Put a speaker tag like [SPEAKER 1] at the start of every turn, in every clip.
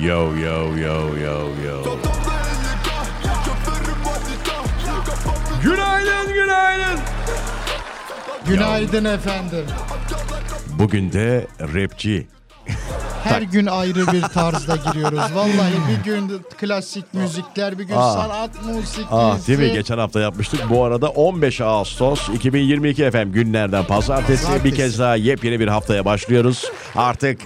[SPEAKER 1] Yo yo yo yo yo. Günaydın günaydın.
[SPEAKER 2] Günaydın efendim.
[SPEAKER 1] Bugün de rapçi.
[SPEAKER 2] Her gün ayrı bir tarzda giriyoruz. Vallahi bir gün klasik müzikler, bir gün
[SPEAKER 1] Aa.
[SPEAKER 2] sanat müzikleri.
[SPEAKER 1] Ah değil mi? Geçen hafta yapmıştık. Bu arada 15 Ağustos 2022 efendim günlerden pazartesi. Bir
[SPEAKER 2] Pazartesi.
[SPEAKER 1] kez daha yepyeni bir haftaya başlıyoruz. Artık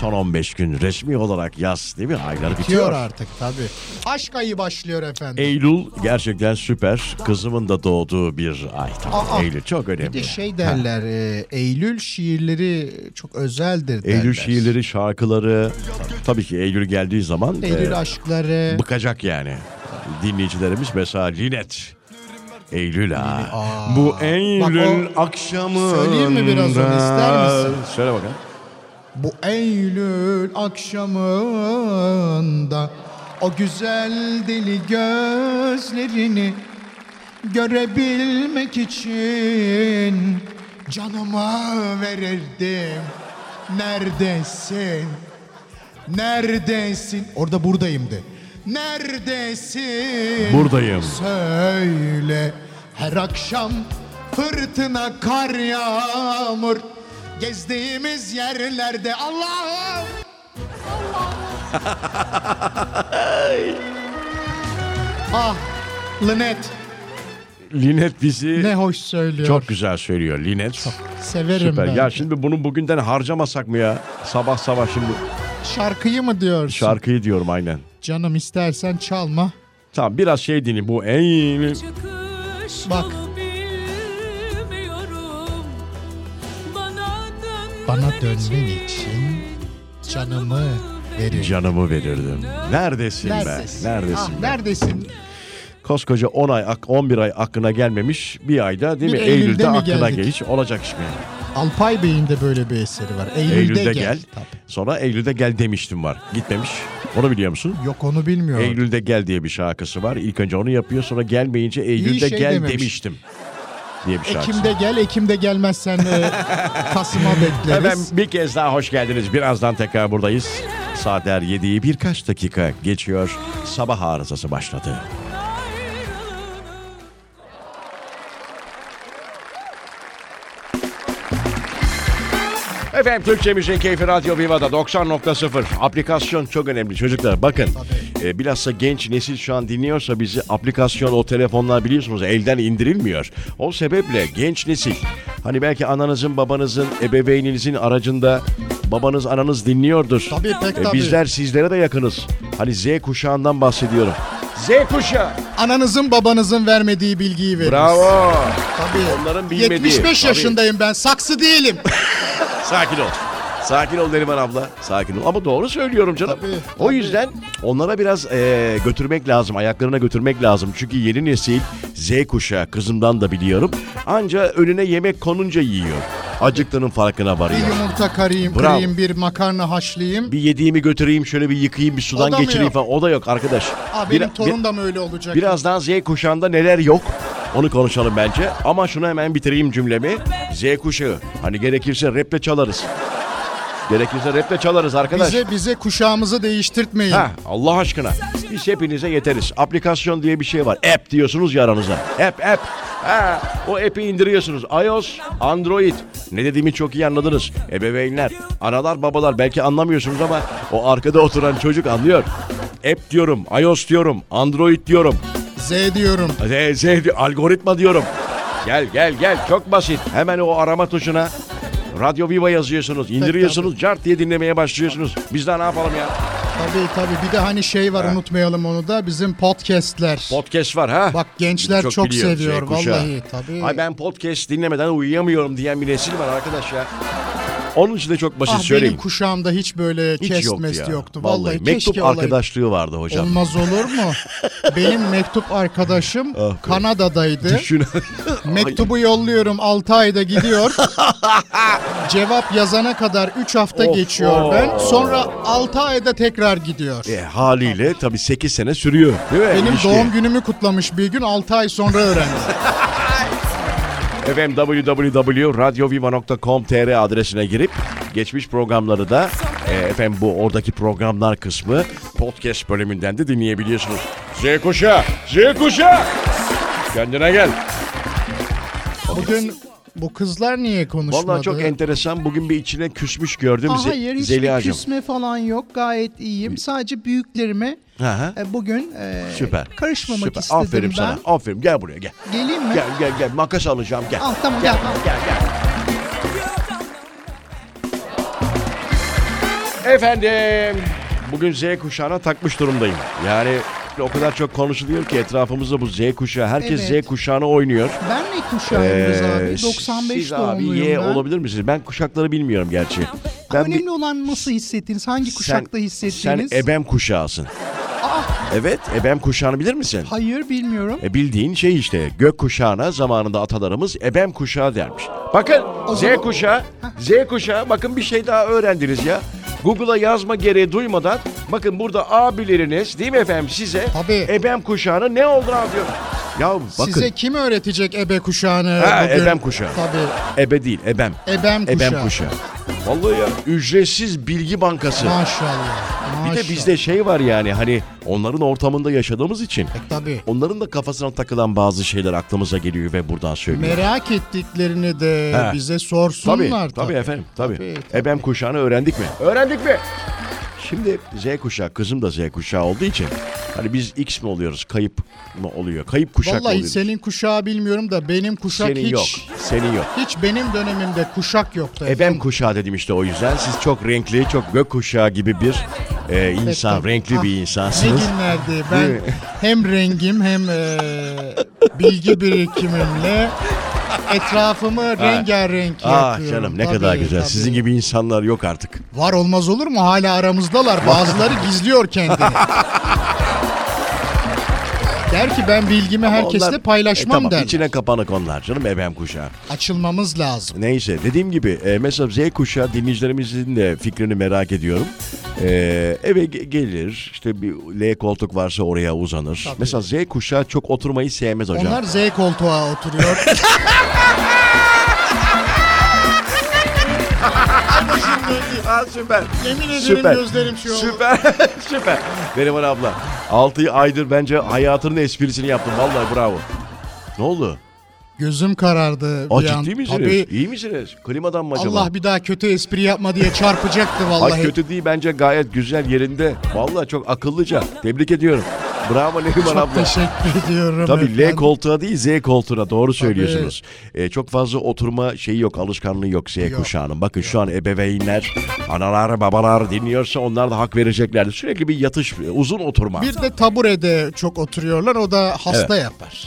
[SPEAKER 1] son 15 gün resmi olarak yaz değil mi? Aylar bitiyor.
[SPEAKER 2] Diyor artık tabii. Aşk ayı başlıyor efendim.
[SPEAKER 1] şey Eylül gerçekten süper. Kızımın da doğduğu bir ay. Tamam,
[SPEAKER 2] Aa,
[SPEAKER 1] Eylül çok önemli.
[SPEAKER 2] bir de şey derler, e, Eylül şiirleri çok özeldir derler.
[SPEAKER 1] Eylül şiirleri, şarkıları. Tabii ki Eylül geldiği zaman
[SPEAKER 2] Eylül
[SPEAKER 1] e,
[SPEAKER 2] aşkları.
[SPEAKER 1] bıkacak yani. Dinleyicilerimiz mesela Linet. Eylül ha. Bu Eylül
[SPEAKER 2] Bak
[SPEAKER 1] akşamı.
[SPEAKER 2] Söyleyeyim mi biraz onu, ister misin?
[SPEAKER 1] Söyle bakalım.
[SPEAKER 2] Bu Eylül akşamında o güzel deli gözlerini görebilmek için canıma verirdim. Neredesin? Neredesin? Orada buradayım de. Neredesin?
[SPEAKER 1] Buradayım.
[SPEAKER 2] Söyle her akşam fırtına kar yağmur gezdiğimiz yerlerde Allah'ım ah Linet
[SPEAKER 1] Linet bizi
[SPEAKER 2] ne hoş söylüyor.
[SPEAKER 1] çok güzel söylüyor. Linet.
[SPEAKER 2] severim
[SPEAKER 1] Süper.
[SPEAKER 2] ben.
[SPEAKER 1] Ya şimdi bunu bugünden harcamasak mı ya? Sabah sabah şimdi
[SPEAKER 2] Şarkıyı mı diyorsun?
[SPEAKER 1] şarkıyı diyorum aynen.
[SPEAKER 2] Canım istersen çalma.
[SPEAKER 1] Tamam biraz şey dinleyin. Bu Eylül.
[SPEAKER 3] Çıkış
[SPEAKER 2] Bak.
[SPEAKER 3] Bak. yolu bilmiyorum. Bana dönmen,
[SPEAKER 2] Bana dönmen için canımı verir.
[SPEAKER 1] Canımı verirdim. Neredesin, be? Neredesin
[SPEAKER 2] Ah,
[SPEAKER 1] be?
[SPEAKER 2] neredesin?
[SPEAKER 1] Koskoca 10 ay, ak- 11 ay aklına gelmemiş bir ayda değil mi?
[SPEAKER 2] Bir
[SPEAKER 1] Eylül'de,
[SPEAKER 2] Eylül'de mi
[SPEAKER 1] aklına
[SPEAKER 2] geldik?
[SPEAKER 1] geliş olacak iş mi?
[SPEAKER 2] Alpay Bey'in de böyle bir eseri var. Eylül'de,
[SPEAKER 1] Eylül'de gel.
[SPEAKER 2] Tabii.
[SPEAKER 1] Sonra Eylül'de gel demiştim var. Gitmemiş. Onu biliyor musun?
[SPEAKER 2] Yok onu bilmiyorum.
[SPEAKER 1] Eylül'de gel diye bir şarkısı var. İlk önce onu yapıyor sonra gelmeyince Eylül'de
[SPEAKER 2] şey
[SPEAKER 1] gel
[SPEAKER 2] dememiş. E,
[SPEAKER 1] demiştim diye bir şarkısı var.
[SPEAKER 2] Ekim'de gel, Ekim'de gelmezsen e, Kasım'a
[SPEAKER 1] Efendim
[SPEAKER 2] bekleriz.
[SPEAKER 1] bir kez daha hoş geldiniz. Birazdan tekrar buradayız. Saatler 7'yi birkaç dakika geçiyor. Sabah arızası başladı.
[SPEAKER 3] ayrılığını.
[SPEAKER 1] Efendim Türkçe Müziğin Keyfi Radyo Viva'da 90.0 aplikasyon çok önemli çocuklar bakın e, bilhassa genç nesil şu an dinliyorsa bizi aplikasyon o telefonlar biliyorsunuz elden indirilmiyor o sebeple genç nesil hani belki ananızın babanızın ebeveyninizin aracında babanız ananız dinliyordur
[SPEAKER 2] Tabii pek
[SPEAKER 1] E,
[SPEAKER 2] tabii.
[SPEAKER 1] bizler sizlere de yakınız hani Z kuşağından bahsediyorum Z kuşağı
[SPEAKER 2] Ananızın babanızın vermediği bilgiyi veririz.
[SPEAKER 1] bravo
[SPEAKER 2] Tabii.
[SPEAKER 1] Onların bilmediği.
[SPEAKER 2] 75
[SPEAKER 1] Tabii.
[SPEAKER 2] yaşındayım ben. Saksı değilim.
[SPEAKER 1] Sakin ol. Sakin ol Neriman abla. Sakin ol. Ama doğru söylüyorum canım.
[SPEAKER 2] Tabii,
[SPEAKER 1] O yüzden onlara biraz eee, götürmek lazım. Ayaklarına götürmek lazım. Çünkü yeni nesil Z kuşağı kızımdan da biliyorum. Anca önüne yemek konunca yiyor. Acıktığının farkına
[SPEAKER 2] bir
[SPEAKER 1] varıyor.
[SPEAKER 2] yumurta karayım,
[SPEAKER 1] Bravo.
[SPEAKER 2] kırayım, bir makarna haşlayayım.
[SPEAKER 1] Bir yediğimi götüreyim şöyle bir yıkayayım bir
[SPEAKER 2] O
[SPEAKER 1] sudan
[SPEAKER 2] da mı
[SPEAKER 1] geçireyim
[SPEAKER 2] yok?
[SPEAKER 1] falan. O da yok arkadaş.
[SPEAKER 2] Aa,
[SPEAKER 1] Bir-
[SPEAKER 2] benim
[SPEAKER 1] bir-
[SPEAKER 2] torun da mı öyle olacak?
[SPEAKER 1] Birazdan Z kuşağında neler yok onu konuşalım bence. Ama şunu hemen bitireyim cümlemi. Z kuşağı. Hani gerekirse raple çalarız. Gerekirse raple çalarız arkadaş.
[SPEAKER 2] bize bize kuşağımızı değiştirtmeyin.
[SPEAKER 1] Ha, Allah aşkına. Biz hepinize yeteriz. Aplikasyon diye bir şey var. App diyorsunuz ya aranıza. App, app. Ha, o app'i indiriyorsunuz. iOS, Android. Ne dediğimi çok iyi anladınız. Ebeveynler, analar, babalar belki anlamıyorsunuz ama o arkada oturan çocuk anlıyor. App diyorum, iOS diyorum, Android diyorum.
[SPEAKER 2] Z diyorum.
[SPEAKER 1] Z, Z di- algoritma diyorum. Gel gel gel çok basit. Hemen o arama tuşuna Radyo Viva yazıyorsunuz, indiriyorsunuz, cart diye dinlemeye başlıyorsunuz. Biz daha ne yapalım ya?
[SPEAKER 2] Tabii tabii. Bir de hani şey var unutmayalım onu da. Bizim podcastler.
[SPEAKER 1] Podcast var ha?
[SPEAKER 2] Bak gençler çok,
[SPEAKER 1] biliyor Z
[SPEAKER 2] seviyor
[SPEAKER 1] kuşağı.
[SPEAKER 2] vallahi tabii.
[SPEAKER 1] Ay ben podcast dinlemeden uyuyamıyorum diyen bir nesil var arkadaş ya. Onun için de çok basit
[SPEAKER 2] ah
[SPEAKER 1] şey söyleyeyim.
[SPEAKER 2] benim kuşağımda hiç böyle
[SPEAKER 1] Hiç
[SPEAKER 2] kesmesi
[SPEAKER 1] yok ya.
[SPEAKER 2] yoktu. Vallahi,
[SPEAKER 1] mektup
[SPEAKER 2] keşke olaydı.
[SPEAKER 1] arkadaşlığı vardı hocam.
[SPEAKER 2] Olmaz olur mu? Benim mektup arkadaşım Kanada'daydı.
[SPEAKER 1] Ah Düşün.
[SPEAKER 2] Mektubu yolluyorum 6 ayda gidiyor. Cevap yazana kadar 3 hafta
[SPEAKER 1] Of,
[SPEAKER 2] geçiyor
[SPEAKER 1] of.
[SPEAKER 2] ben. Sonra 6 ayda tekrar gidiyor.
[SPEAKER 1] E, haliyle tabii 8 sene sürüyor. Değil mi?
[SPEAKER 2] Benim
[SPEAKER 1] İlişki.
[SPEAKER 2] doğum günümü kutlamış bir gün 6 ay sonra öğrendim.
[SPEAKER 1] Efendim www.radyoviva.com.tr adresine girip geçmiş programları da E, efendim bu oradaki programlar kısmı podcast bölümünden de dinleyebiliyorsunuz. Z kuşağı, Z kuşağı. Kendine gel.
[SPEAKER 2] Bugün bu kızlar niye konuşmadı?
[SPEAKER 1] Vallahi çok enteresan. Bugün bir içine küsmüş gördüm.
[SPEAKER 2] Aa,
[SPEAKER 1] Ze-
[SPEAKER 2] Hayır hiçbir
[SPEAKER 1] Zeliha'cığım.
[SPEAKER 2] küsme falan yok. Gayet iyiyim. Sadece büyüklerime
[SPEAKER 1] Hı hı.
[SPEAKER 2] e, bugün e,
[SPEAKER 1] Süper.
[SPEAKER 2] karışmamak
[SPEAKER 1] Süper.
[SPEAKER 2] istedim
[SPEAKER 1] Aferin
[SPEAKER 2] ben.
[SPEAKER 1] sana. Aferin. Gel buraya gel.
[SPEAKER 2] Geleyim mi?
[SPEAKER 1] Gel gel gel. Makas alacağım gel.
[SPEAKER 2] Ah tamam gel.
[SPEAKER 1] Gel gel. Efendim. Bugün Z kuşağına takmış durumdayım. Yani o kadar çok konuşuluyor ki etrafımızda bu Z kuşağı. Herkes
[SPEAKER 2] Evet.
[SPEAKER 1] Z kuşağını oynuyor.
[SPEAKER 2] Ben ne kuşağıyız abi?
[SPEAKER 1] Ee,
[SPEAKER 2] 95
[SPEAKER 1] siz
[SPEAKER 2] doğumluyum
[SPEAKER 1] abi Y
[SPEAKER 2] ben.
[SPEAKER 1] olabilir misiniz? Ben kuşakları bilmiyorum gerçi. Ben bir-
[SPEAKER 2] Önemli olan nasıl hissettiniz? Hangi kuşakta hissettiğiniz? Ah!
[SPEAKER 1] Sen ebem kuşağısın. Evet, ebem kuşağını bilir misin?
[SPEAKER 2] Hayır bilmiyorum.
[SPEAKER 1] E bildiğin şey işte gök kuşağına zamanında atalarımız ebem kuşağı dermiş. Bakın Z
[SPEAKER 2] zaman-
[SPEAKER 1] kuşağı, Z kuşağı bakın bir şey daha öğrendiniz ya. Google'a yazma gereği duymadan bakın burada abileriniz değil mi efendim size
[SPEAKER 2] Tabii.
[SPEAKER 1] ebem kuşağının ne olduğunu anlıyor. Ya bakın
[SPEAKER 2] Size kim öğretecek ebe kuşağını?
[SPEAKER 1] Ha,
[SPEAKER 2] bugün?
[SPEAKER 1] ebem kuşağı.
[SPEAKER 2] Tabii.
[SPEAKER 1] ebe değil ebem.
[SPEAKER 2] Ebem kuşağı.
[SPEAKER 1] Ebem kuşağı. Vallahi ya ücretsiz bilgi bankası.
[SPEAKER 2] Maşallah.
[SPEAKER 1] Bir
[SPEAKER 2] Maşallah.
[SPEAKER 1] de bizde şey var yani hani onların ortamında yaşadığımız için
[SPEAKER 2] Tabii.
[SPEAKER 1] onların da kafasına takılan bazı şeyler aklımıza geliyor ve buradan söylüyoruz.
[SPEAKER 2] Merak ettiklerini de
[SPEAKER 1] He.
[SPEAKER 2] bize
[SPEAKER 1] Tabii,
[SPEAKER 2] sorsunlar.
[SPEAKER 1] tabii, efendim. Tabii.
[SPEAKER 2] Tabii,
[SPEAKER 1] Ebem kuşağını öğrendik mi? Öğrendik mi? Şimdi Z kuşağı, kızım da Z kuşağı olduğu için hani biz X mi oluyoruz, kayıp mı oluyor? Kayıp kuşak mı
[SPEAKER 2] Vallahi
[SPEAKER 1] oluyoruz.
[SPEAKER 2] senin kuşağı bilmiyorum da benim kuşak
[SPEAKER 1] Senin
[SPEAKER 2] hiç
[SPEAKER 1] yok, senin yok.
[SPEAKER 2] hiç benim dönemimde kuşak yoktu.
[SPEAKER 1] Ebem kuşağı dedim işte o yüzden. Siz çok renkli, çok gök kuşağı gibi bir e, insan,
[SPEAKER 2] tabii.
[SPEAKER 1] renkli
[SPEAKER 2] Ah,
[SPEAKER 1] bir
[SPEAKER 2] Ne
[SPEAKER 1] insansınız.
[SPEAKER 2] günlerdi. Ben hem rengim hem e, bilgi birikimimle etrafımı rengarenk
[SPEAKER 1] Ah
[SPEAKER 2] yapıyorum.
[SPEAKER 1] canım ne
[SPEAKER 2] Tabii,
[SPEAKER 1] kadar güzel.
[SPEAKER 2] tabii.
[SPEAKER 1] Sizin gibi insanlar yok artık.
[SPEAKER 2] Var olmaz olur mu? Hala aramızdalar. Bazıları gizliyor kendini. der ki ben bilgimi herkesle
[SPEAKER 1] Onlar-
[SPEAKER 2] paylaşmam
[SPEAKER 1] e, tamam,
[SPEAKER 2] der.
[SPEAKER 1] içine kapanık onlar canım ebem kuşağı.
[SPEAKER 2] Açılmamız lazım.
[SPEAKER 1] Neyse dediğim gibi e, mesela Z kuşağı dinleyicilerimizin de fikrini merak ediyorum. E, eve ge- gelir işte bir L koltuk varsa oraya uzanır. Mesela Z kuşağı çok oturmayı sevmez hocam.
[SPEAKER 2] Onlar Z koltuğa oturuyor.
[SPEAKER 1] Aa, süper.
[SPEAKER 2] Yemin ederim
[SPEAKER 1] Süper.
[SPEAKER 2] gözlerim şey oldu.
[SPEAKER 1] Süper. süper. Benim abla. 6 aydır bence hayatının esprisini yaptım. Vallahi bravo. Ne oldu?
[SPEAKER 2] Gözüm karardı
[SPEAKER 1] Aa,
[SPEAKER 2] bir an.
[SPEAKER 1] ciddi misiniz?
[SPEAKER 2] Tabii
[SPEAKER 1] İyi misiniz? Klimadan mı acaba?
[SPEAKER 2] Allah bir daha kötü espri yapma diye çarpacaktı
[SPEAKER 1] Ay
[SPEAKER 2] vallahi.
[SPEAKER 1] kötü değil bence gayet güzel yerinde. Vallahi çok akıllıca. Tebrik ediyorum. Bravo Neriman
[SPEAKER 2] Çok
[SPEAKER 1] abla.
[SPEAKER 2] teşekkür ediyorum.
[SPEAKER 1] Tabii L
[SPEAKER 2] efendim.
[SPEAKER 1] koltuğa değil Z koltuğuna doğru söylüyorsunuz. Ee, çok fazla oturma şeyi yok, alışkanlığı yok Z kuşağının. Bakın şu an ebeveynler, analar, babalar dinliyorsa onlar da hak vereceklerdir. Sürekli bir yatış, uzun oturma
[SPEAKER 2] Bir de taburede çok oturuyorlar. O da hasta yapar.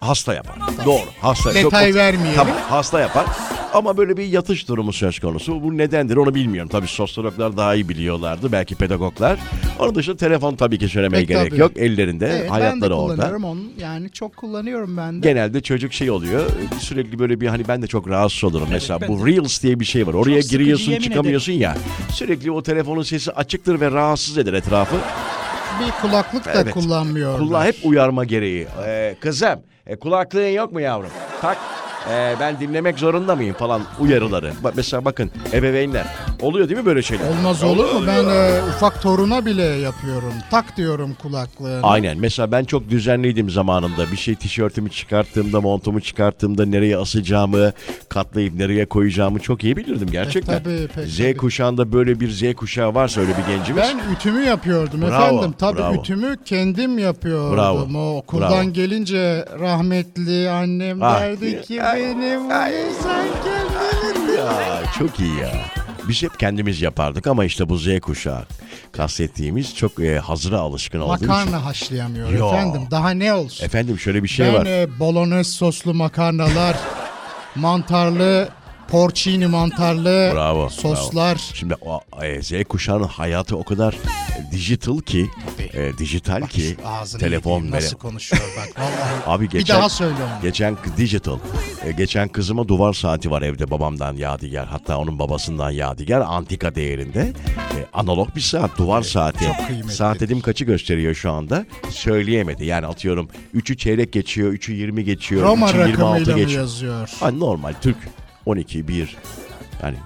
[SPEAKER 1] hasta yapar. Doğru, hasta. çok
[SPEAKER 2] Detay
[SPEAKER 1] otur-
[SPEAKER 2] vermeyelim.
[SPEAKER 1] Tamam, hasta yapar. Ama böyle bir yatış durumu söz konusu. Bu nedendir onu bilmiyorum. Tabii sosyologlar daha iyi biliyorlardı. Belki pedagoglar. Onun dışında telefon tabii ki söylemeye
[SPEAKER 2] E,
[SPEAKER 1] gerek
[SPEAKER 2] tabii.
[SPEAKER 1] yok. Ellerinde,
[SPEAKER 2] Evet, ben de
[SPEAKER 1] E, hayatları orada.
[SPEAKER 2] kullanıyorum onu. Yani çok kullanıyorum ben de.
[SPEAKER 1] genelde çocuk şey oluyor. Sürekli böyle bir hani ben de çok rahatsız olurum. Mesela bu Reels diye bir şey var. Oraya
[SPEAKER 4] sıkıcı,
[SPEAKER 1] giriyorsun
[SPEAKER 4] yemin
[SPEAKER 1] çıkamıyorsun ya. Sürekli o telefonun sesi açıktır ve rahatsız eder etrafı.
[SPEAKER 2] Bir kulaklık da
[SPEAKER 1] Evet.
[SPEAKER 2] kullanmıyorum.
[SPEAKER 1] Kulağa hep uyarma gereği. Ee, kızım e, kulaklığın yok mu yavrum? Tak. e, ben dinlemek zorunda mıyım falan uyarıları. Bak mesela bakın ebeveynler. Oluyor değil mi böyle şeyler?
[SPEAKER 2] Olmaz olur mu? Ben e, ufak toruna bile yapıyorum. Tak diyorum kulaklığını.
[SPEAKER 1] Aynen. Mesela ben çok düzenliydim zamanında. Bir şey tişörtümü çıkarttığımda, montumu çıkarttığımda nereye asacağımı, katlayıp nereye koyacağımı çok iyi bilirdim gerçekten.
[SPEAKER 2] E, tabii, pek
[SPEAKER 1] Z
[SPEAKER 2] tabii.
[SPEAKER 1] kuşağında böyle bir Z kuşağı varsa öyle bir gencimiz.
[SPEAKER 2] Ben ütümü yapıyordum
[SPEAKER 1] Bravo,
[SPEAKER 2] efendim. Tabii
[SPEAKER 1] bravo.
[SPEAKER 2] ütümü kendim yapıyordum.
[SPEAKER 1] Bravo,
[SPEAKER 2] O okuldan
[SPEAKER 1] bravo.
[SPEAKER 2] gelince rahmetli annem
[SPEAKER 1] Ah,
[SPEAKER 2] derdi ki
[SPEAKER 1] ay,
[SPEAKER 2] benim sen kendin.
[SPEAKER 1] Ya çok iyi ya. Biz hep kendimiz yapardık ama işte bu Z kuşağı kastettiğimiz çok e, hazıra alışkın olduğu için.
[SPEAKER 2] Makarna haşlayamıyor
[SPEAKER 1] Yo.
[SPEAKER 2] efendim. Daha ne olsun?
[SPEAKER 1] Efendim şöyle bir şey
[SPEAKER 2] ben
[SPEAKER 1] var.
[SPEAKER 2] e, bolognese soslu makarnalar, mantarlı, porcini mantarlı
[SPEAKER 1] Bravo.
[SPEAKER 2] soslar.
[SPEAKER 1] bravo. Şimdi o, e, Z kuşağının hayatı o kadar e, digital ki, e, dijital ki
[SPEAKER 2] Ağzını
[SPEAKER 1] telefon
[SPEAKER 2] yediğim
[SPEAKER 1] mele-
[SPEAKER 2] nasıl konuşuyor bak vallahi.
[SPEAKER 1] Abi
[SPEAKER 2] bir
[SPEAKER 1] geçen
[SPEAKER 2] daha söyle onu.
[SPEAKER 1] geçen k- digital. E, geçen kızıma duvar saati var evde babamdan yadigar. Hatta onun babasından yadigar antika değerinde. E, analog bir saat duvar saati.
[SPEAKER 2] kıymetli.
[SPEAKER 1] Saat dedim kaçı gösteriyor şu anda? Söyleyemedi. Yani atıyorum 3'ü çeyrek geçiyor, 3'ü 20 geçiyor,
[SPEAKER 2] Roma
[SPEAKER 1] 3'ü 26
[SPEAKER 2] rakamıyla mı
[SPEAKER 1] geçiyor.
[SPEAKER 2] yazıyor?
[SPEAKER 1] Ha, normal Türk 12 1 yani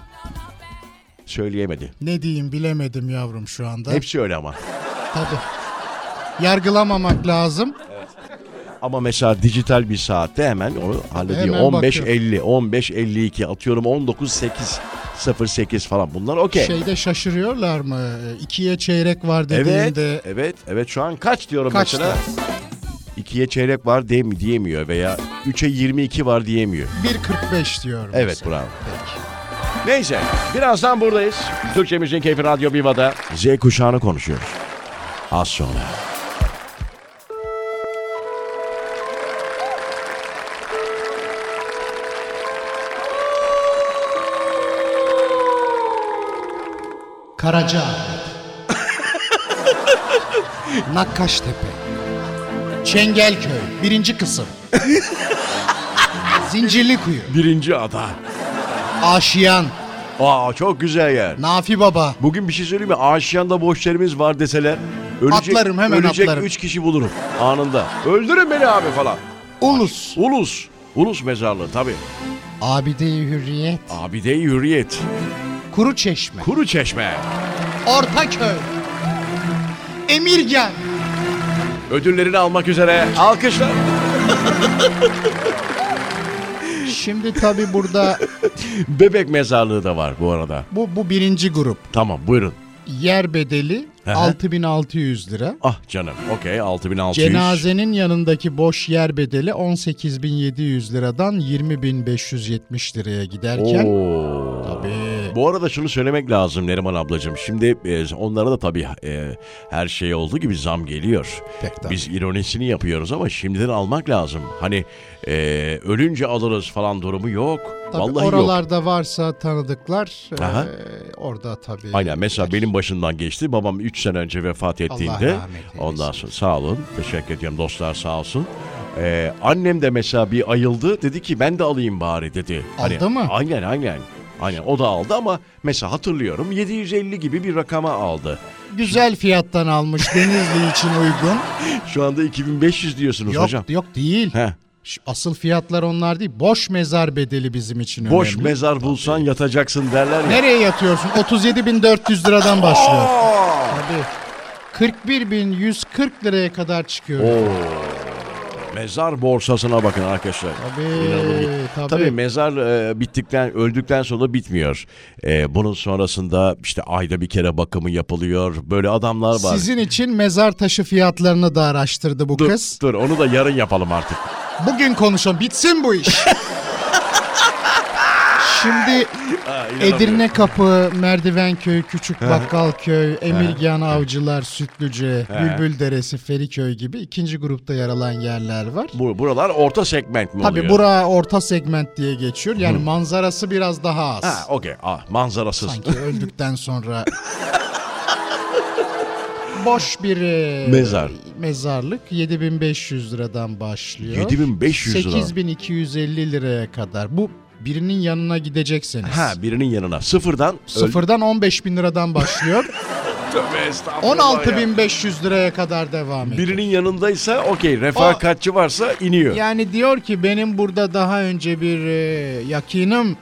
[SPEAKER 1] Söyleyemedi.
[SPEAKER 2] Ne diyeyim bilemedim yavrum şu anda.
[SPEAKER 1] Hepsi öyle ama.
[SPEAKER 2] Tabii. Yargılamamak lazım.
[SPEAKER 1] Ama mesela dijital bir saatte hemen onu hallediyor.
[SPEAKER 2] Hemen
[SPEAKER 1] 15.50, 15.52 atıyorum 19.8, 08 falan bunlar okey.
[SPEAKER 2] Şeyde şaşırıyorlar mı? İkiye çeyrek var
[SPEAKER 1] evet,
[SPEAKER 2] dediğinde
[SPEAKER 1] evet, evet şu an kaç diyorum
[SPEAKER 2] Kaçta?
[SPEAKER 1] mesela. 2'ye çeyrek var diye mi diyemiyor veya 3'e 22 var diyemiyor.
[SPEAKER 2] 1.45 diyorum.
[SPEAKER 1] Evet bravo. Neyse birazdan buradayız. Türkçemizin keyfi Radyo Viva'da. Z kuşağını konuşuyoruz. Az sonra.
[SPEAKER 2] Karaca. Nakkaştepe. Çengelköy. Birinci kısım. Zincirlikuyu.
[SPEAKER 1] Birinci ada.
[SPEAKER 2] Aşiyan.
[SPEAKER 1] Aa çok güzel yer.
[SPEAKER 2] Nafi Baba.
[SPEAKER 1] Bugün bir şey söyleyeyim mi? Aşiyanda boş yerimiz var deseler. Ölecek,
[SPEAKER 2] Atlarım, hemen
[SPEAKER 1] ölecek
[SPEAKER 2] atlarım.
[SPEAKER 1] üç kişi bulurum anında. Öldürün beni abi falan.
[SPEAKER 2] Ulus.
[SPEAKER 1] Ulus. Ulus mezarlığı tabii.
[SPEAKER 2] Abide-i Hürriyet.
[SPEAKER 1] Abide-i Hürriyet.
[SPEAKER 2] Kuru Çeşme.
[SPEAKER 1] Kuru Çeşme.
[SPEAKER 2] Ortaköy. Emirgan.
[SPEAKER 1] Ödüllerini almak üzere. Alkışlar.
[SPEAKER 2] Şimdi tabii burada
[SPEAKER 1] Bebek mezarlığı da var bu arada.
[SPEAKER 2] bu, bu birinci grup.
[SPEAKER 1] Tamam buyurun.
[SPEAKER 2] Yer bedeli
[SPEAKER 1] Hı hı.
[SPEAKER 2] 6600 lira.
[SPEAKER 1] Ah canım. Okey 6600.
[SPEAKER 2] Cenazenin yanındaki boş yer bedeli 18.700 liradan 20.570 liraya giderken
[SPEAKER 1] Oo.
[SPEAKER 2] tabii
[SPEAKER 1] Bu arada şunu söylemek lazım Neriman ablacığım. Şimdi e, onlara da tabii e, her şey olduğu gibi zam geliyor.
[SPEAKER 2] Pek tabii.
[SPEAKER 1] Biz ironisini yapıyoruz ama şimdiden almak lazım. Hani e, ölünce alırız falan durumu yok.
[SPEAKER 2] tabii
[SPEAKER 1] Vallahi yok.
[SPEAKER 2] oralarda varsa tanıdıklar e,
[SPEAKER 1] Aha.
[SPEAKER 2] orada tabii.
[SPEAKER 1] Aynen mesela benim başımdan geçti. Babam 3 sene önce vefat ettiğinde.
[SPEAKER 2] rahmet eylesin.
[SPEAKER 1] ondan sonra sağ olun. Teşekkür ediyorum dostlar sağ olsun. E, annem de mesela bir ayıldı. Dedi ki ben de alayım bari dedi. Hani
[SPEAKER 2] Aldı mı?
[SPEAKER 1] Aynen aynen. Aynen o da aldı ama mesela hatırlıyorum 750 gibi bir rakama aldı.
[SPEAKER 2] Güzel fiyattan almış Denizli için uygun.
[SPEAKER 1] Şu anda 2500 diyorsunuz
[SPEAKER 2] yok
[SPEAKER 1] hocam.
[SPEAKER 2] yok değil.
[SPEAKER 1] Heh.
[SPEAKER 2] Şu Asıl fiyatlar onlar değil. Boş mezar bedeli bizim için
[SPEAKER 1] Boş
[SPEAKER 2] önemli.
[SPEAKER 1] mezar bulsan yatacaksın derler ya.
[SPEAKER 2] Nereye yatıyorsun? 37.400 liradan başlıyor.
[SPEAKER 1] Aa!
[SPEAKER 2] Tabii. 41.140 liraya kadar çıkıyor.
[SPEAKER 1] Oo. Mezar borsasına bakın arkadaşlar.
[SPEAKER 2] Tabii,
[SPEAKER 1] İnanılmaz.
[SPEAKER 2] tabii.
[SPEAKER 1] Tabii mezar e, bittikten öldükten sonra bitmiyor. E, bunun sonrasında işte ayda bir kere bakımı yapılıyor. Böyle adamlar var.
[SPEAKER 2] Sizin için mezar taşı fiyatlarını da araştırdı bu
[SPEAKER 1] Dur,
[SPEAKER 2] kız.
[SPEAKER 1] dur onu da yarın yapalım artık.
[SPEAKER 2] Bugün konuşalım. Bitsin bu iş. Şimdi
[SPEAKER 1] Aa, inanamıyorum.
[SPEAKER 2] Edirne Kapı, Merdivenköy, Küçük Bakkalköy, Emirgan Avcılar, Sütlüce, Bülbül Deresi, Feriköy gibi ikinci grupta yer alan yerler var.
[SPEAKER 1] Bu, buralar orta segment mi
[SPEAKER 2] Tabii
[SPEAKER 1] oluyor?
[SPEAKER 2] bura orta segment diye geçiyor. Yani manzarası biraz daha az.
[SPEAKER 1] Ha, okey. Aa, manzarasız.
[SPEAKER 2] Sanki öldükten sonra boş bir e,
[SPEAKER 1] Mezar.
[SPEAKER 2] mezarlık 7500 liradan başlıyor.
[SPEAKER 1] 7500 lira.
[SPEAKER 2] 8250 liraya kadar. Bu birinin yanına gidecekseniz.
[SPEAKER 1] Ha birinin yanına sıfırdan öldü.
[SPEAKER 2] Sıfırdan 15 bin liradan başlıyor.
[SPEAKER 1] Tövbe estağfurullah ya.
[SPEAKER 2] 16500 liraya kadar devam ediyor.
[SPEAKER 1] Birinin yanındaysa okey refakatçi varsa iniyor.
[SPEAKER 2] Yani diyor ki benim burada daha önce bir e, yakinim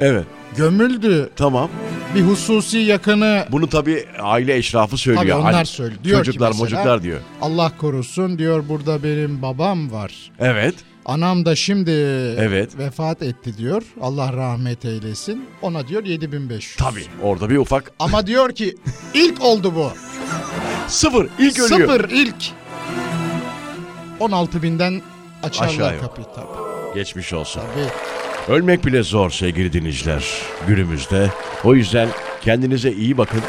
[SPEAKER 1] Evet
[SPEAKER 2] gömüldü.
[SPEAKER 1] tamam.
[SPEAKER 2] Bir hususi yakını
[SPEAKER 1] Bunu tabii aile eşrafı söylüyor.
[SPEAKER 2] Tabii onlar
[SPEAKER 1] Anne-
[SPEAKER 2] söylüyor. Diyor ki
[SPEAKER 1] çocuklar
[SPEAKER 2] mesela-
[SPEAKER 1] mocuklar diyor.
[SPEAKER 2] Allah korusun diyor burada benim babam var.
[SPEAKER 1] Evet.
[SPEAKER 2] Anam da şimdi
[SPEAKER 1] Evet.
[SPEAKER 2] vefat etti diyor. Allah rahmet eylesin. Ona diyor 7500.
[SPEAKER 1] Tabii orada bir ufak
[SPEAKER 2] Ama diyor ki ilk oldu bu.
[SPEAKER 1] sıfır ilk ölüyor.
[SPEAKER 2] Sıfır ilk. 16 binden
[SPEAKER 1] Aşağı
[SPEAKER 2] açarlar
[SPEAKER 1] yok.
[SPEAKER 2] kapıyı tabii.
[SPEAKER 1] Geçmiş olsun.
[SPEAKER 2] Tabii.
[SPEAKER 1] Ölmek bile zor sevgili dinleyiciler günümüzde. O yüzden kendinize iyi bakın.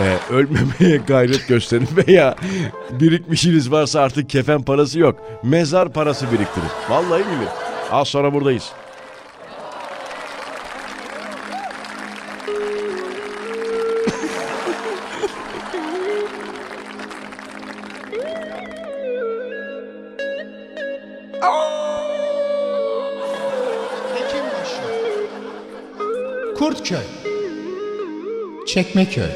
[SPEAKER 1] Ee, ölmemeye gayret gösterin veya birikmişiniz varsa artık kefen parası yok. Mezar parası biriktirin. Vallahi billahi. Az sonra buradayız.
[SPEAKER 2] Hekimbaşı. Kurtköy. Çekmeköy.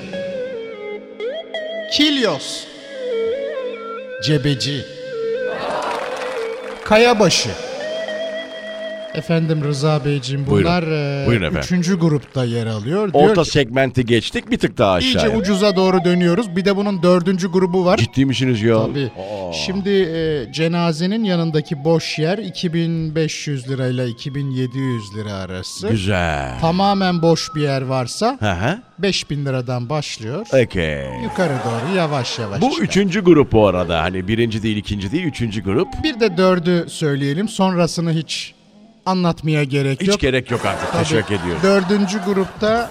[SPEAKER 2] Kilyos. Cebeci. Kayabaşı. Efendim Rıza Beyciğim
[SPEAKER 1] Buyurun.
[SPEAKER 2] bunlar e,
[SPEAKER 1] Buyurun efendim.
[SPEAKER 2] üçüncü grupta yer alıyor. Diyor
[SPEAKER 1] Orta
[SPEAKER 2] ki,
[SPEAKER 1] segmenti geçtik bir tık daha
[SPEAKER 2] iyice
[SPEAKER 1] aşağıya.
[SPEAKER 2] ucuza doğru dönüyoruz. Bir de bunun dördüncü grubu var.
[SPEAKER 1] Ciddi misiniz ya?
[SPEAKER 2] Tabii. Şimdi e, cenazenin yanındaki boş yer 2500 lirayla 2700 lira arası.
[SPEAKER 1] Güzel.
[SPEAKER 2] Tamamen boş bir yer varsa
[SPEAKER 1] Hı hı.
[SPEAKER 2] 5000 liradan başlıyor.
[SPEAKER 1] Okey.
[SPEAKER 2] Yukarı doğru yavaş yavaş.
[SPEAKER 1] Bu
[SPEAKER 2] işte.
[SPEAKER 1] üçüncü grup bu arada. Hani birinci değil, ikinci değil, üçüncü grup.
[SPEAKER 2] Bir de dördü söyleyelim. Sonrasını hiç anlatmaya gerek
[SPEAKER 1] Hiç
[SPEAKER 2] yok.
[SPEAKER 1] gerek yok artık.
[SPEAKER 2] Tabii.
[SPEAKER 1] Teşekkür ediyorum.
[SPEAKER 2] Dördüncü grupta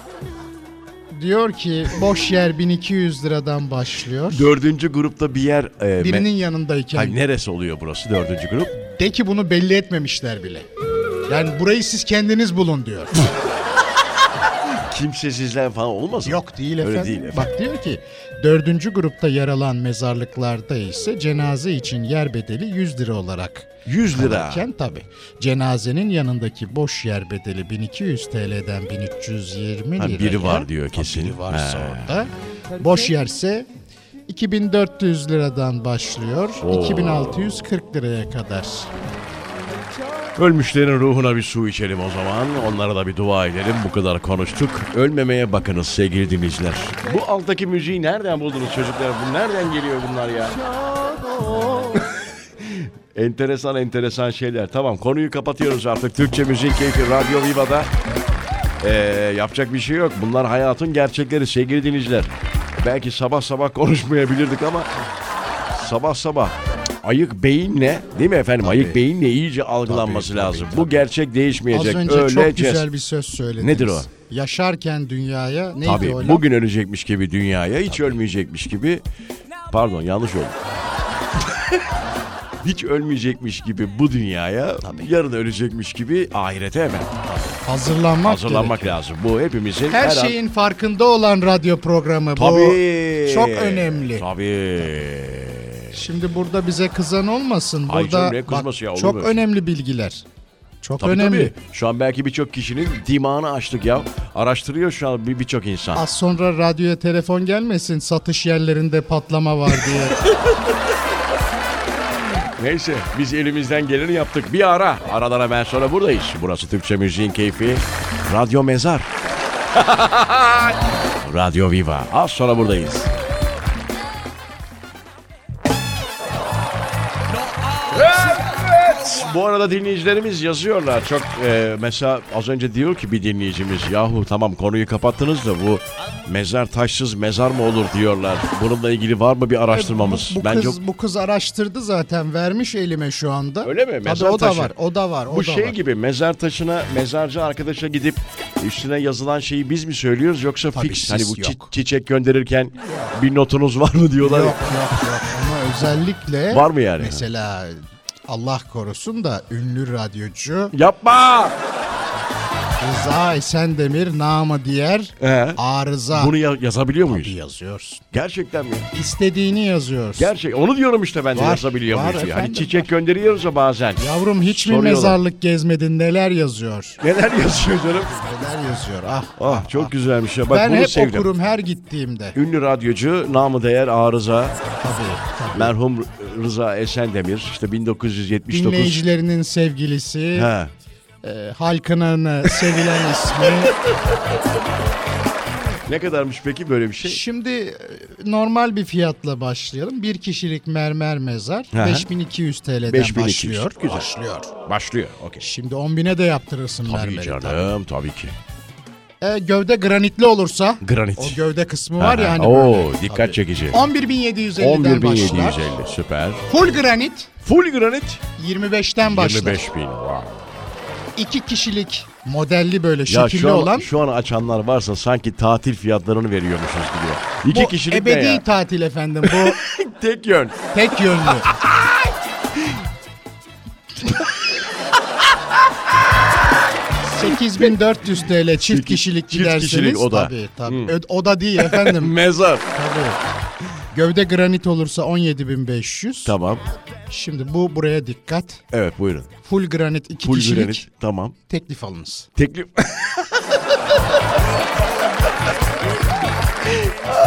[SPEAKER 2] diyor ki boş yer 1200 liradan başlıyor.
[SPEAKER 1] Dördüncü grupta bir yer... e, me-
[SPEAKER 2] Birinin yanındayken.
[SPEAKER 1] Ay, neresi oluyor burası dördüncü grup?
[SPEAKER 2] De ki bunu belli etmemişler bile. Yani burayı siz kendiniz bulun diyor.
[SPEAKER 1] Kimsesizler falan olmaz mı?
[SPEAKER 2] Yok değil
[SPEAKER 1] Öyle
[SPEAKER 2] efendim.
[SPEAKER 1] değil efendim.
[SPEAKER 2] Bak diyor ki dördüncü grupta yer alan mezarlıklarda ise cenaze için yer bedeli 100 lira olarak
[SPEAKER 1] 100 lira.
[SPEAKER 2] Alırken tabi. Cenazenin yanındaki boş yer bedeli 1200 TL'den 1320
[SPEAKER 1] Ha,
[SPEAKER 2] lira.
[SPEAKER 1] biri var diyor kesin.
[SPEAKER 2] Biri varsa
[SPEAKER 1] He.
[SPEAKER 2] orada. Boş yerse 2400 liradan başlıyor. 2640 liraya kadar.
[SPEAKER 1] Ölmüşlerin ruhuna bir su içelim o zaman. Onlara da bir dua edelim. Bu kadar konuştuk. Ölmemeye bakınız sevgili dinleyiciler. Bu alttaki müziği nereden buldunuz çocuklar? Bu nereden geliyor bunlar ya? enteresan enteresan şeyler. Tamam konuyu kapatıyoruz artık. Türkçe Müzik Keyfi Radyo Viva'da. Ee, yapacak bir şey yok. Bunlar hayatın gerçekleri sevgili dinleyiciler. Belki sabah sabah konuşmayabilirdik ama sabah sabah ayık beyinle değil mi efendim? Ayık beyinle iyice algılanması lazım. Bu gerçek
[SPEAKER 2] Az
[SPEAKER 1] değişmeyecek.
[SPEAKER 2] önce çok
[SPEAKER 1] Öleceğiz.
[SPEAKER 2] güzel bir söz söylediniz.
[SPEAKER 1] Nedir o?
[SPEAKER 2] Yaşarken dünyaya neydi
[SPEAKER 1] Tabii
[SPEAKER 2] o laf?
[SPEAKER 1] bugün ölecekmiş gibi dünyaya, hiç ölmeyecekmiş gibi pardon yanlış oldu. hiç ölmeyecekmiş gibi bu dünyaya, yarın ölecekmiş gibi ahirete hemen
[SPEAKER 2] Hazırlanmak,
[SPEAKER 1] hazırlanmak
[SPEAKER 2] gerekiyor.
[SPEAKER 1] lazım. Bu hepimizin
[SPEAKER 2] Her,
[SPEAKER 1] an-
[SPEAKER 2] şeyin farkında olan radyo programı
[SPEAKER 1] Tabii.
[SPEAKER 2] bu. Çok önemli.
[SPEAKER 1] Tabii.
[SPEAKER 2] Şimdi burada bize kızan olmasın.
[SPEAKER 1] Ay
[SPEAKER 2] Burada
[SPEAKER 1] canım, ne kızması ya, olur
[SPEAKER 2] çok
[SPEAKER 1] mu? şey?
[SPEAKER 2] önemli bilgiler. Çok
[SPEAKER 1] Tabii
[SPEAKER 2] önemli.
[SPEAKER 1] tabii. Şu an belki birçok kişinin dimağını açtık ya. Araştırıyor şu an bir- birçok insan.
[SPEAKER 2] Az sonra radyoya telefon gelmesin. Satış yerlerinde patlama var diye.
[SPEAKER 1] Neyse biz elimizden geleni yaptık. Bir ara. Aradan hemen sonra buradayız. Burası Türkçe Müziğin Keyfi. Radyo Mezar. Radyo Viva. Az sonra buradayız. Evet. Bu arada dinleyicilerimiz yazıyorlar. Çok e, mesela az önce diyor ki bir dinleyicimiz yahu tamam konuyu kapattınız da bu mezar taşsız mezar mı olur diyorlar. Bununla ilgili var mı bir araştırmamız?
[SPEAKER 2] bu, bu
[SPEAKER 1] Bence
[SPEAKER 2] kız bu kız araştırdı zaten. Vermiş elime şu anda.
[SPEAKER 1] Öyle mi?
[SPEAKER 2] Tabii
[SPEAKER 1] Mezar
[SPEAKER 2] o da
[SPEAKER 1] taşı.
[SPEAKER 2] var. O da var. o
[SPEAKER 1] Bu
[SPEAKER 2] da
[SPEAKER 1] şey
[SPEAKER 2] var.
[SPEAKER 1] gibi mezar taşına mezarcı arkadaşa gidip üstüne yazılan şeyi biz mi söylüyoruz yoksa
[SPEAKER 2] Tabii
[SPEAKER 1] fix
[SPEAKER 2] siz
[SPEAKER 1] hani bu çi-
[SPEAKER 2] yok.
[SPEAKER 1] çiçek gönderirken bir notunuz var mı diyorlar.
[SPEAKER 2] Yok
[SPEAKER 1] ya.
[SPEAKER 2] yok yok. Ama özellikle
[SPEAKER 1] Var mı yani?
[SPEAKER 2] Mesela Allah korusun da ünlü radyocu
[SPEAKER 1] Yapma!
[SPEAKER 2] Rıza Esendemir namı diğer
[SPEAKER 1] Ee?
[SPEAKER 2] arıza
[SPEAKER 1] Bunu ya- yazabiliyor muyuz?
[SPEAKER 2] yazıyorsun.
[SPEAKER 1] Gerçekten mi?
[SPEAKER 2] İstediğini yazıyorsun.
[SPEAKER 1] Gerçek. Onu diyorum işte ben de
[SPEAKER 2] Var,
[SPEAKER 1] yazabiliyor
[SPEAKER 2] var
[SPEAKER 1] muyuz? diye. Hani
[SPEAKER 2] efendim,
[SPEAKER 1] çiçek gönderiyoruz ya bazen.
[SPEAKER 2] Yavrum hiç mi
[SPEAKER 1] Soruyorlar.
[SPEAKER 2] mezarlık gezmedin neler yazıyor?
[SPEAKER 1] Neler yazıyor canım?
[SPEAKER 2] Neler yazıyor ah.
[SPEAKER 1] Ah çok güzelmiş ya. Bak
[SPEAKER 2] ben
[SPEAKER 1] bunu
[SPEAKER 2] hep
[SPEAKER 1] sevdim.
[SPEAKER 2] okurum her gittiğimde.
[SPEAKER 1] Ünlü radyocu, namı değer arıza,
[SPEAKER 2] Tabii. tabii.
[SPEAKER 1] merhum Rıza Esendemir, işte 1979.
[SPEAKER 2] Dinleyicilerinin sevgilisi,
[SPEAKER 1] Ha.
[SPEAKER 2] e, halkının e, sevilen ismi.
[SPEAKER 1] Ne kadarmış peki böyle bir şey?
[SPEAKER 2] Şimdi e, normal bir fiyatla başlayalım. Bir kişilik mermer mezar
[SPEAKER 1] hı.
[SPEAKER 2] 5200 TL'den
[SPEAKER 1] 5200,
[SPEAKER 2] başlıyor.
[SPEAKER 1] güzel.
[SPEAKER 2] Başlıyor.
[SPEAKER 1] Başlıyor. Okey.
[SPEAKER 2] Şimdi 10.000'e de yaptırırsın
[SPEAKER 1] Tabii
[SPEAKER 2] mermeri.
[SPEAKER 1] canım tabii ki.
[SPEAKER 2] E, gövde granitli olursa.
[SPEAKER 1] Granit.
[SPEAKER 2] O gövde kısmı var ya hani
[SPEAKER 1] Oo,
[SPEAKER 2] böyle.
[SPEAKER 1] dikkat
[SPEAKER 2] Tabii.
[SPEAKER 1] çekici.
[SPEAKER 2] 11.750'den başlar.
[SPEAKER 1] 11.750 süper.
[SPEAKER 2] Full granit
[SPEAKER 1] Full granit
[SPEAKER 2] 25'ten başlar.
[SPEAKER 1] 25 bin. Vay.
[SPEAKER 2] İki kişilik modelli böyle
[SPEAKER 1] Ya
[SPEAKER 2] şekilli
[SPEAKER 1] şu an,
[SPEAKER 2] olan
[SPEAKER 1] şu an açanlar varsa sanki tatil fiyatlarını veriyormuşuz gibi. İki
[SPEAKER 2] bu
[SPEAKER 1] kişilik ne
[SPEAKER 2] ebedi
[SPEAKER 1] ya?
[SPEAKER 2] tatil efendim. Bu
[SPEAKER 1] Tek yön.
[SPEAKER 2] tek yönlü. ...8400 TL çift kişilik
[SPEAKER 1] çift
[SPEAKER 2] giderseniz...
[SPEAKER 1] kişilik oda. Hmm.
[SPEAKER 2] Tabii, tabii. Ö- Oda değil efendim.
[SPEAKER 1] Mezar.
[SPEAKER 2] tabii. Gövde granit olursa 17500.
[SPEAKER 1] Tamam.
[SPEAKER 2] Şimdi bu buraya dikkat.
[SPEAKER 1] Evet buyurun.
[SPEAKER 2] Full granit iki
[SPEAKER 1] Full
[SPEAKER 2] kişilik
[SPEAKER 1] granit. Tamam.
[SPEAKER 2] teklif alınız.
[SPEAKER 1] Teklif.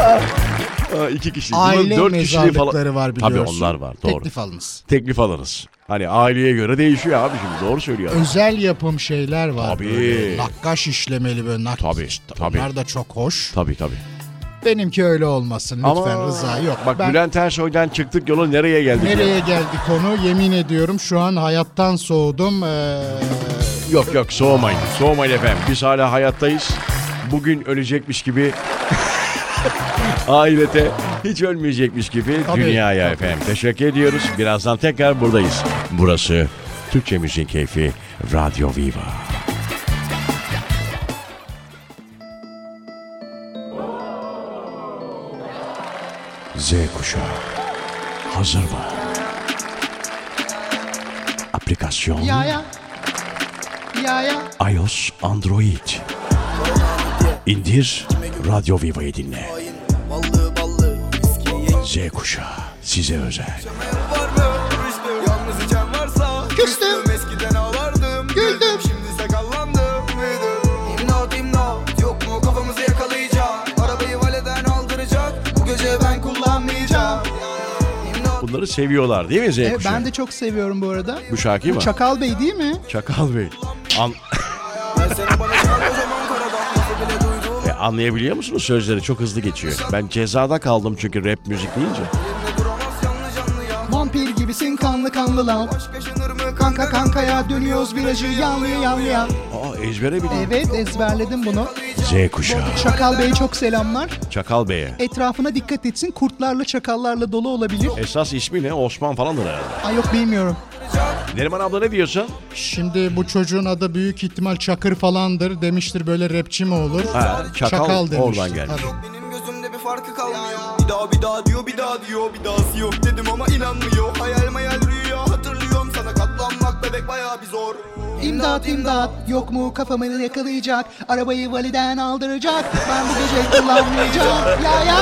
[SPEAKER 1] Aa, iki kişi.
[SPEAKER 2] Aile
[SPEAKER 1] Bunların E, dört kişiliği
[SPEAKER 2] mezarlıkları
[SPEAKER 1] falan.
[SPEAKER 2] var
[SPEAKER 1] Tabii
[SPEAKER 2] biliyorsun.
[SPEAKER 1] onlar var, doğru.
[SPEAKER 2] Teklif alınız.
[SPEAKER 1] Teklif alırız. Hani aileye göre değişiyor abi şimdi. Doğru söylüyor. adam.
[SPEAKER 2] Özel yapım şeyler var.
[SPEAKER 1] Tabii.
[SPEAKER 2] böyle. Nakkaş işlemeli böyle nakkaş.
[SPEAKER 1] Tabii, tabii.
[SPEAKER 2] Onlar da çok hoş.
[SPEAKER 1] Tabii tabii.
[SPEAKER 2] Benimki öyle olmasın lütfen
[SPEAKER 1] Ama-
[SPEAKER 2] Rıza. Yok
[SPEAKER 1] Bak
[SPEAKER 2] ben
[SPEAKER 1] Bülent Ersoy'dan çıktık yola nereye geldik? ya?
[SPEAKER 2] nereye geldi konu yemin ediyorum şu an hayattan soğudum. Ee,
[SPEAKER 1] Yok yok soğumayın. Soğumayın efendim. Biz hala hayattayız. Bugün ölecekmiş gibi ahirete hiç ölmeyecekmiş gibi
[SPEAKER 2] Tabii,
[SPEAKER 1] dünyaya
[SPEAKER 2] tabii.
[SPEAKER 1] efendim. Teşekkür ediyoruz. Birazdan tekrar buradayız. Burası Türkçe Müziğin Keyfi Radyo Viva. Z kuşağı hazır mı? Aplikasyon
[SPEAKER 2] ya ya. Ya ya.
[SPEAKER 1] iOS, Android. İndir, Radyo Viva'yı dinle.
[SPEAKER 4] Ballı ballı viski yenge
[SPEAKER 1] Z kuşağı, size özel.
[SPEAKER 4] var mı? Rüştüm Yalnız içen varsa
[SPEAKER 2] Küstüm.
[SPEAKER 4] Eskiden ağlardım
[SPEAKER 2] Güldüm.
[SPEAKER 4] Şimdi sakallandım Büyüdüm İmdat imdat Yok mu kafamızı yakalayacak Arabayı valeden aldıracak Bu gece ben kullanmayacağım İmdat
[SPEAKER 1] Bunları seviyorlar değil mi Z
[SPEAKER 2] E,
[SPEAKER 1] kuşağı?
[SPEAKER 2] ben de çok seviyorum bu arada.
[SPEAKER 1] Bu şarkıyı
[SPEAKER 2] Bu
[SPEAKER 1] mı?
[SPEAKER 2] Çakal Bey değil mi?
[SPEAKER 1] Çakal Bey. An-
[SPEAKER 4] Ben seni bana çağır o zaman karadan Lafı bile duydum
[SPEAKER 1] E, anlayabiliyor musunuz sözleri? Çok hızlı geçiyor. Ben cezada kaldım çünkü rap müzik deyince.
[SPEAKER 4] Yerine duramaz canlı canlı ya
[SPEAKER 2] Vampir gibisin kanlı kanlı lan.
[SPEAKER 4] Aşk yaşanır mı
[SPEAKER 2] Kanka kankaya dönüyoruz virajı yanlıya yanlıya.
[SPEAKER 1] Aa ezbere biliyorum.
[SPEAKER 2] Evet ezberledim bunu.
[SPEAKER 1] Z kuşağı.
[SPEAKER 2] Çakal Bey'e çok selamlar.
[SPEAKER 1] Çakal Bey'e.
[SPEAKER 2] Etrafına dikkat etsin kurtlarla çakallarla dolu olabilir.
[SPEAKER 1] Esas ismi ne? Osman falandır herhalde.
[SPEAKER 2] Ay yok bilmiyorum.
[SPEAKER 1] Neriman abla ne diyorsun?
[SPEAKER 2] Şimdi bu çocuğun adı büyük ihtimal Çakır falandır demiştir böyle rapçi mi olur?
[SPEAKER 1] Ha, çakal, oradan gelmiş.
[SPEAKER 2] Tabii.
[SPEAKER 4] Benim gözümde bir farkı kalmıyor Bir daha bir daha diyor bir daha diyor bir dahası yok dedim ama inanmıyor Hayal mayal rüya hatırlıyorum sana katlanmak bebek bayağı bir zor
[SPEAKER 5] İmdat imdat yok mu kafamı yakalayacak Arabayı validen aldıracak Ben bu gece kullanmayacağım Ya ya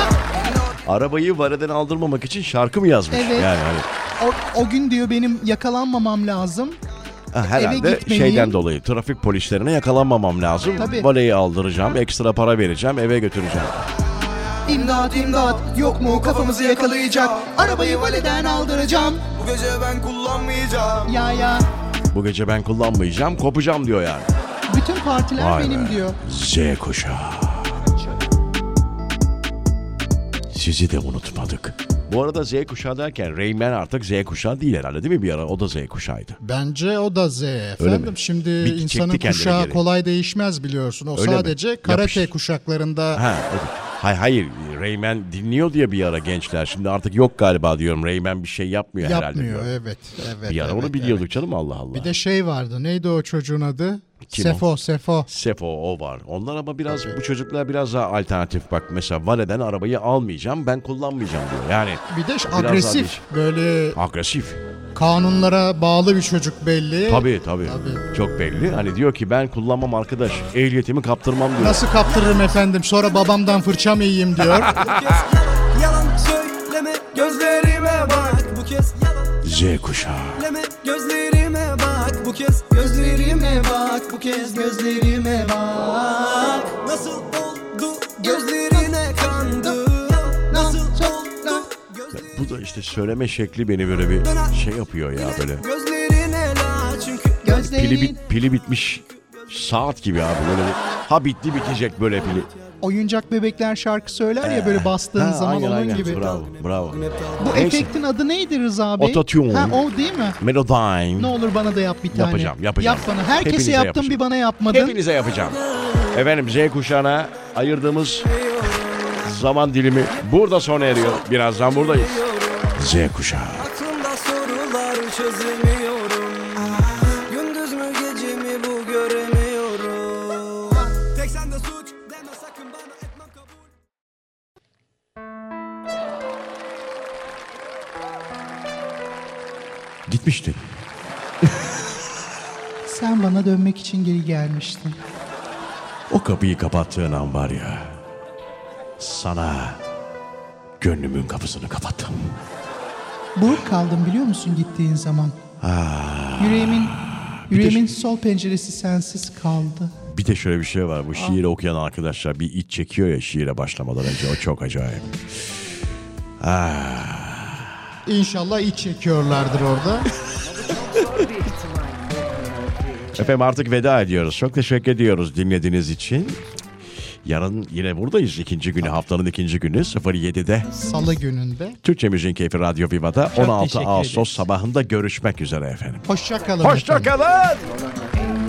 [SPEAKER 1] Arabayı vareden aldırmamak için şarkı mı yazmış?
[SPEAKER 5] Evet.
[SPEAKER 1] Yani hani
[SPEAKER 5] o, o gün diyor benim yakalanmamam lazım
[SPEAKER 1] Ha, Herhalde
[SPEAKER 5] gitmeliyim.
[SPEAKER 1] şeyden dolayı trafik polislerine yakalanmamam lazım.
[SPEAKER 5] Tabii.
[SPEAKER 1] Valeyi aldıracağım, ekstra para vereceğim, eve götüreceğim.
[SPEAKER 5] İmdat imdat yok mu kafamızı yakalayacak Arabayı validen aldıracağım
[SPEAKER 4] Bu gece ben kullanmayacağım
[SPEAKER 5] Ya ya
[SPEAKER 1] Bu gece ben kullanmayacağım, kopacağım diyor yani.
[SPEAKER 5] bütün partiler
[SPEAKER 1] Vay
[SPEAKER 5] benim
[SPEAKER 1] be.
[SPEAKER 5] diyor
[SPEAKER 1] Z kuşağı. Sizi de unutmadık. Bu arada Z kuşağı derken Rayman artık Z kuşağı değil herhalde değil mi bir ara? O da Z kuşağıydı.
[SPEAKER 2] Bence o da Z efendim.
[SPEAKER 1] mi?
[SPEAKER 2] Şimdi
[SPEAKER 1] Bir çekti
[SPEAKER 2] insanın
[SPEAKER 1] kendini
[SPEAKER 2] kuşağı
[SPEAKER 1] geri.
[SPEAKER 2] kolay değişmez biliyorsun. O
[SPEAKER 1] Öyle mi?
[SPEAKER 2] sadece karate
[SPEAKER 1] Yapıştır.
[SPEAKER 2] kuşaklarında
[SPEAKER 1] Ha, evet. Hay- hayır, Rayman dinliyor diye bir ara gençler. Şimdi artık yok galiba diyorum. Rayman bir şey yapmıyor, herhalde.
[SPEAKER 2] yapmıyor.
[SPEAKER 1] diyor.
[SPEAKER 2] Evet, evet.
[SPEAKER 1] Bir ara
[SPEAKER 2] evet,
[SPEAKER 1] onu biliyorduk canım Allah Allah.
[SPEAKER 2] Bir de şey vardı. Neydi o çocuğun adı?
[SPEAKER 1] Kim
[SPEAKER 2] Sefo, Sefo.
[SPEAKER 1] Sefo o var. Onlar ama biraz bu çocuklar biraz daha alternatif bak. Mesela valeden arabayı almayacağım ben kullanmayacağım diyor. Yani
[SPEAKER 2] Bir de
[SPEAKER 1] Biraz
[SPEAKER 2] agresif. Böyle
[SPEAKER 1] agresif.
[SPEAKER 2] kanunlara bağlı bir çocuk belli.
[SPEAKER 1] Tabii, tabii
[SPEAKER 2] Tabii.
[SPEAKER 1] Çok belli. Hani diyor ki ben kullanmam arkadaş. Ehliyetimi kaptırmam diyor.
[SPEAKER 2] Nasıl kaptırırım efendim? Sonra babamdan fırça mı yiyeyim diyor.
[SPEAKER 4] Yalan söyleme gözlerime bak Bu kez yalan
[SPEAKER 1] Z kuşağı.
[SPEAKER 4] söyleme gözlerime bak Bu kez gözlerime bak Bu kez gözlerime bak Nasıl oldu gözlerine kandı Nasıl oldu gözlerine
[SPEAKER 1] Bu da işte söyleme şekli beni böyle bir şey yapıyor ya böyle.
[SPEAKER 4] Gözlerine la çünkü
[SPEAKER 1] Pili,
[SPEAKER 5] Gözlerin
[SPEAKER 1] bit, pili bitmiş saat gibi abi böyle bir. Ha bitti bitecek böyle pili.
[SPEAKER 5] Oyuncak bebekler şarkı söyler ya böyle bastığın
[SPEAKER 1] Ha,
[SPEAKER 5] zaman
[SPEAKER 1] aynen,
[SPEAKER 5] onun
[SPEAKER 1] aynen.
[SPEAKER 5] gibi
[SPEAKER 1] Bravo bravo.
[SPEAKER 5] Bu
[SPEAKER 1] Neyse.
[SPEAKER 5] efektin adı neydi Rıza Bey?
[SPEAKER 1] Autotune.
[SPEAKER 5] Ha o değil mi?
[SPEAKER 1] Melodyne.
[SPEAKER 5] Ne olur bana da yap bir tane.
[SPEAKER 1] Yapacağım, yapacağım.
[SPEAKER 5] Yap bana. Herkese
[SPEAKER 1] Hepinize
[SPEAKER 5] yaptın
[SPEAKER 1] yapacağım.
[SPEAKER 5] bir bana yapmadın.
[SPEAKER 1] Hepinize yapacağım. Efendim Z kuşağına ayırdığımız zaman dilimi burada sona eriyor. Birazdan buradayız. Z kuşağı.
[SPEAKER 4] Aklımda sorular çözemiyorum Gündüz mü gece mi bu göremiyorum Tek sen de suç deme sakın bana etmem kabul
[SPEAKER 1] Gitmiştin.
[SPEAKER 5] Sen bana dönmek için geri gelmiştin.
[SPEAKER 1] O kapıyı kapattığın an var ya. Sana gönlümün kapısını kapattım.
[SPEAKER 5] Buruk kaldım biliyor musun gittiğin zaman. Yüreğimin yüreğimin sol penceresi sensiz kaldı.
[SPEAKER 1] Bir de şöyle bir şey var. Bu şiiri okuyan arkadaşlar bir iç çekiyor ya şiire başlamadan önce. O çok acayip.
[SPEAKER 2] İnşallah iç çekiyorlardır orada.
[SPEAKER 1] Efendim artık veda ediyoruz. Çok teşekkür ediyoruz dinlediğiniz için. Yarın yine buradayız. ikinci günü haftanın ikinci günü 07'de
[SPEAKER 2] Salı gününde.
[SPEAKER 1] Türkçe Müziğin Keyfi Radyo Viva'da
[SPEAKER 6] Çok
[SPEAKER 1] 16
[SPEAKER 6] teşekkür
[SPEAKER 1] Ağustos
[SPEAKER 6] ederiz.
[SPEAKER 1] sabahında görüşmek üzere efendim.
[SPEAKER 2] Hoşça kalın. efendim.
[SPEAKER 1] Hoşçakalın.